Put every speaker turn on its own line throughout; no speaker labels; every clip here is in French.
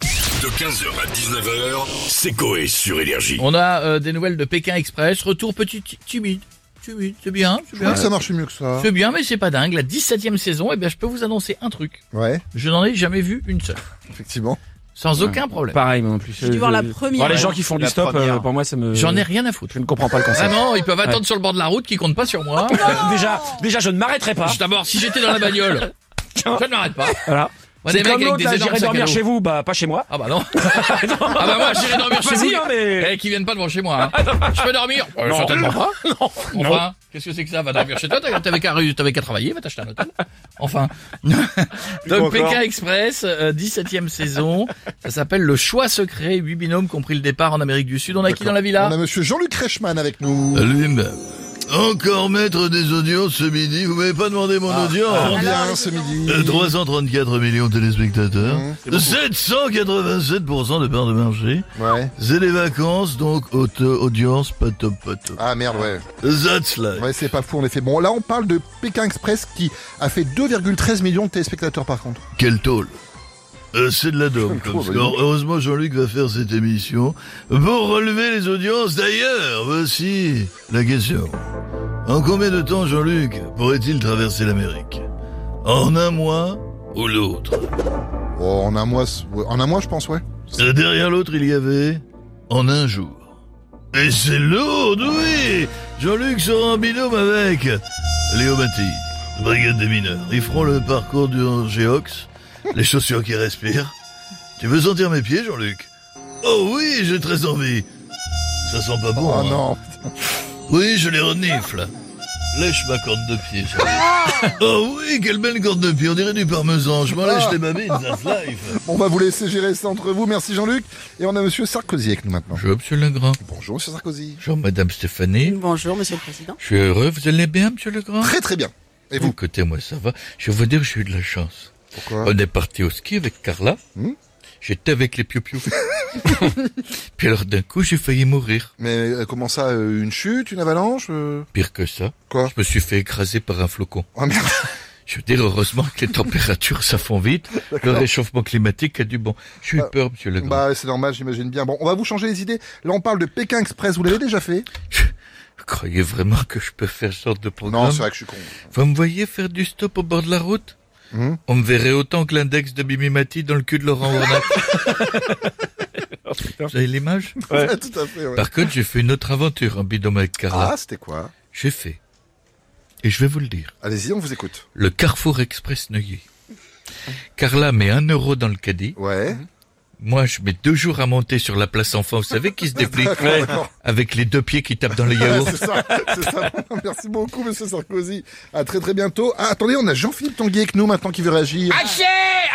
De 15h à 19h, c'est Coé sur Énergie.
On a euh, des nouvelles de Pékin Express. Retour petit timide. Timide, c'est bien, c'est
Je crois
bien.
que ça marche mieux que ça.
C'est bien, mais c'est pas dingue. La 17ème saison, eh bien, je peux vous annoncer un truc.
Ouais,
Je n'en ai jamais vu une seule.
effectivement.
Sans aucun problème.
Pareil, moi, en plus.
J'ai dû
Je-
voir la
je-
première.
les gens qui font du
La
stop,
première.
euh, pour moi, ça me.
J'en ai rien à foutre.
Je ne comprends pas le concept.
Vraiment, ils peuvent attendre sur le bord de la route qui compte pas sur moi.
déjà, déjà, je ne m'arrêterai pas.
Je- D'abord, si j'étais dans la bagnole, je ne m'arrête pas.
Voilà.
Moi,
C'est
des mecs
comme
avec
l'autre,
des
là,
énormes
j'irai
sacs à
dormir
dos.
chez vous, bah, pas chez moi.
Ah bah non. ah bah moi, j'irai dormir chez
Vas-y,
vous.
hein, mais.
Eh, qui viennent pas devant chez moi. hein. Je peux dormir Euh,
Non.
Certainement pas.
Non.
Enfin, qu'est-ce que c'est que ça Va dormir chez toi, t'avais- t'avais qu'à rue- t'avais qu'à travailler, va t'acheter un hôtel. Enfin. Donc Pékin Express, euh, 17ème saison, ça s'appelle Le Choix Secret, 8 binômes compris le départ en Amérique du Sud. On a qui dans la villa
On a monsieur Jean-Luc Reichmann avec nous.
Encore maître des audiences ce midi, vous m'avez pas demandé mon audience
Combien ce midi
Euh, 334 millions de téléspectateurs, 787% de part de marché.
Ouais.
C'est les vacances, donc haute audience, pas top, pas top.
Ah merde, ouais.
That's life.
Ouais, c'est pas fou en effet. Bon, là on parle de Pékin Express qui a fait 2,13 millions de téléspectateurs par contre.
Quel tôle Euh, c'est de la dôme
Trop,
comme
bah, dis
score.
donc.
Heureusement, Jean-Luc va faire cette émission pour relever les audiences. D'ailleurs, voici la question. En combien de temps, Jean-Luc, pourrait-il traverser l'Amérique En un mois ou l'autre
Oh, en un mois, c- ouais, en un mois je pense, ouais.
Euh, Derrière l'autre, il y avait en un jour. Et c'est lourd, oui Jean-Luc sera en binôme avec Léo Mathilde, brigade des mineurs. Ils feront le parcours du Géox, les chaussures qui respirent. Tu veux sentir mes pieds, Jean-Luc Oh oui, j'ai très envie. Ça sent pas bon.
Oh
hein.
non.
Oui, je les renifle. Lèche ma corne de pied. Jean-Luc. oh oui, quelle belle corne de pied. On dirait du parmesan. Je m'en lèche
Oh.
les babines, that's life.
On va vous laisser gérer ça entre vous. Merci Jean-Luc. Et on a monsieur Sarkozy avec nous maintenant.
Je suis Monsieur Legrand.
Bonjour monsieur Sarkozy.
Bonjour Madame Stéphanie.
Bonjour, monsieur le président.
Je suis heureux, vous allez bien Monsieur Legrand
Très très bien. Et vous
Écoutez, moi ça va. Je vais vous dire, j'ai eu de la chance.
Pourquoi
On est parti au ski avec Carla.
Hmm.
J'étais avec les piou Puis alors d'un coup, j'ai failli mourir.
Mais euh, comment ça, euh, une chute, une avalanche euh,
Pire que ça,
Quoi
je me suis fait écraser par un flocon.
Oh merde.
Je veux dire, heureusement que les températures, ça fond vite. Le réchauffement climatique a du bon. J'ai eu
Bah,
peur, monsieur Legrand.
Bah c'est normal, j'imagine bien. Bon, on va vous changer les idées. Là on parle de Pékin Express, vous l'avez déjà fait
Vous croyez vraiment que je peux faire ce genre de programme
Non, c'est vrai que je suis con.
Vous me voyez faire du stop au bord de la route
Hmm.
On me verrait autant que l'index de Bimimati dans le cul de Laurent Warnack. Vous avez l'image
Ouais, tout à fait, ouais.
Par contre, j'ai fait une autre aventure en bidôme avec Carla.
Bah, Ah, c'était quoi
J'ai fait. Et je vais vous le dire.
Allez-y, on vous écoute.
Le Carrefour Express Neuilly. Carla met un euro dans le caddie.
Ouais.
Moi, je mets deux jours à monter sur la place enfant, vous savez, qui se déplie
Ouais.
avec les deux pieds qui tapent dans les
Ouais,
yaourts.
c'est ça, c'est ça. Merci beaucoup, monsieur Sarkozy. À très très bientôt. Ah, attendez, on a Jean-Philippe Tanguy avec nous maintenant qui veut réagir.
Haché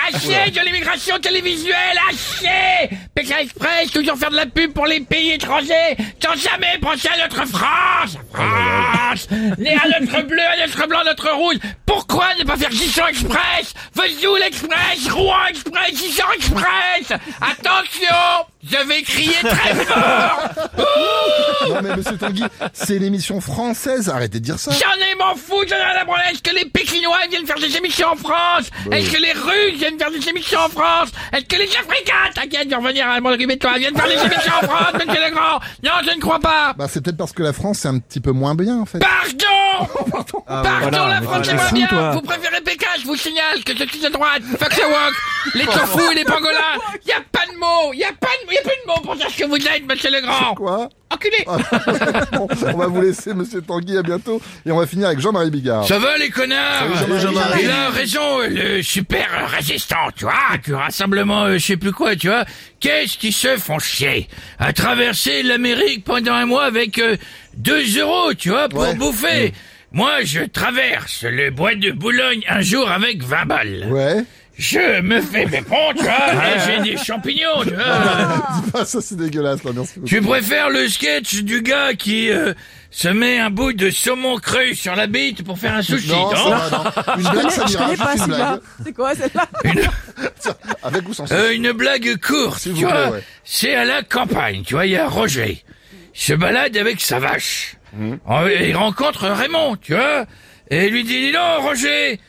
Haché de l'immigration télévisuelle Haché Pékin Express, toujours faire de la pub pour les pays étrangers Sans jamais penser à notre France
Oh
France Né à notre bleu, à notre blanc, à notre rouge Pourquoi ne pas faire Gichan Express Vesoul Express Rouen Express Gichan Express Attention Je vais crier très fort
Non, mais monsieur Tanguy, c'est une émission française, arrêtez de dire ça.
J'en ai m'en fous, j'en ai rien à branler. Est-ce que les Pékinois viennent faire des émissions en France Est-ce que les Russes viennent faire des émissions en France Est-ce que les Africains, t'inquiète, je vais revenir à mon toi, viennent faire des émissions en France, monsieur le grand Non, je ne crois pas
Bah, c'est peut-être parce que la France, c'est un petit peu moins bien, en fait.
Pardon Pardon,
Oh, Ah, voilà,
la
mais
France
t'es
n'est pas
fou,
bien
toi.
Vous préférez Pékin, je vous signale que je suis de droite Fuck the walk Les tofu et les pangolins Y a pas de mots Y a pas de, y a plus de mots pour dire ce que vous êtes, monsieur le grand
Quoi Ah,
Enculé
Bon, On va vous laisser, monsieur Tanguy, à bientôt. Et on va finir avec Jean-Marie Bigard.
Ça va les connards
Salut, Jean-Marie.
Il a raison, le super euh, résistant, tu vois, du rassemblement, euh, je sais plus quoi, tu vois. Qu'est-ce qu'ils se font chier à traverser l'Amérique pendant un mois avec euh, 2 euros, tu vois, pour
Ouais.
bouffer Moi, je traverse le bois de Boulogne un jour avec 20 balles.
Ouais.
Je me fais mes ponts, tu vois, et j'ai des champignons, tu vois.
Ah, ça, c'est dégueulasse, là. Merci beaucoup.
Tu préfères le sketch du gars qui euh, se met un bout de saumon cru sur la bite pour faire un sushi,
Non,
non
ça va, non. Une blague, ça
Je
dira,
connais
juste
pas
une
celle-là.
blague.
Ah, C'est quoi celle-là
Avec ou sans ça
Euh, une blague courte,
S'il
tu
vous plaît,
vois.
ouais.
C'est à la campagne, tu vois, il y a Roger. Il se balade avec sa vache. En- Il rencontre Raymond, tu vois. Et il lui dit, dis donc, Roger,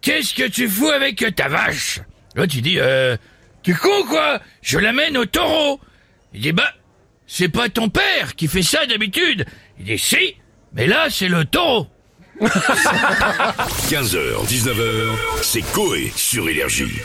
qu'est-ce que tu fous avec ta vache L'autre, il dit, euh,
T'es con ou quoi Je l'amène au taureau. Il dit bah, c'est pas ton père qui fait ça d'habitude. Il dit si, mais là c'est le taureau.
15h, 19h, c'est Coé sur Énergie.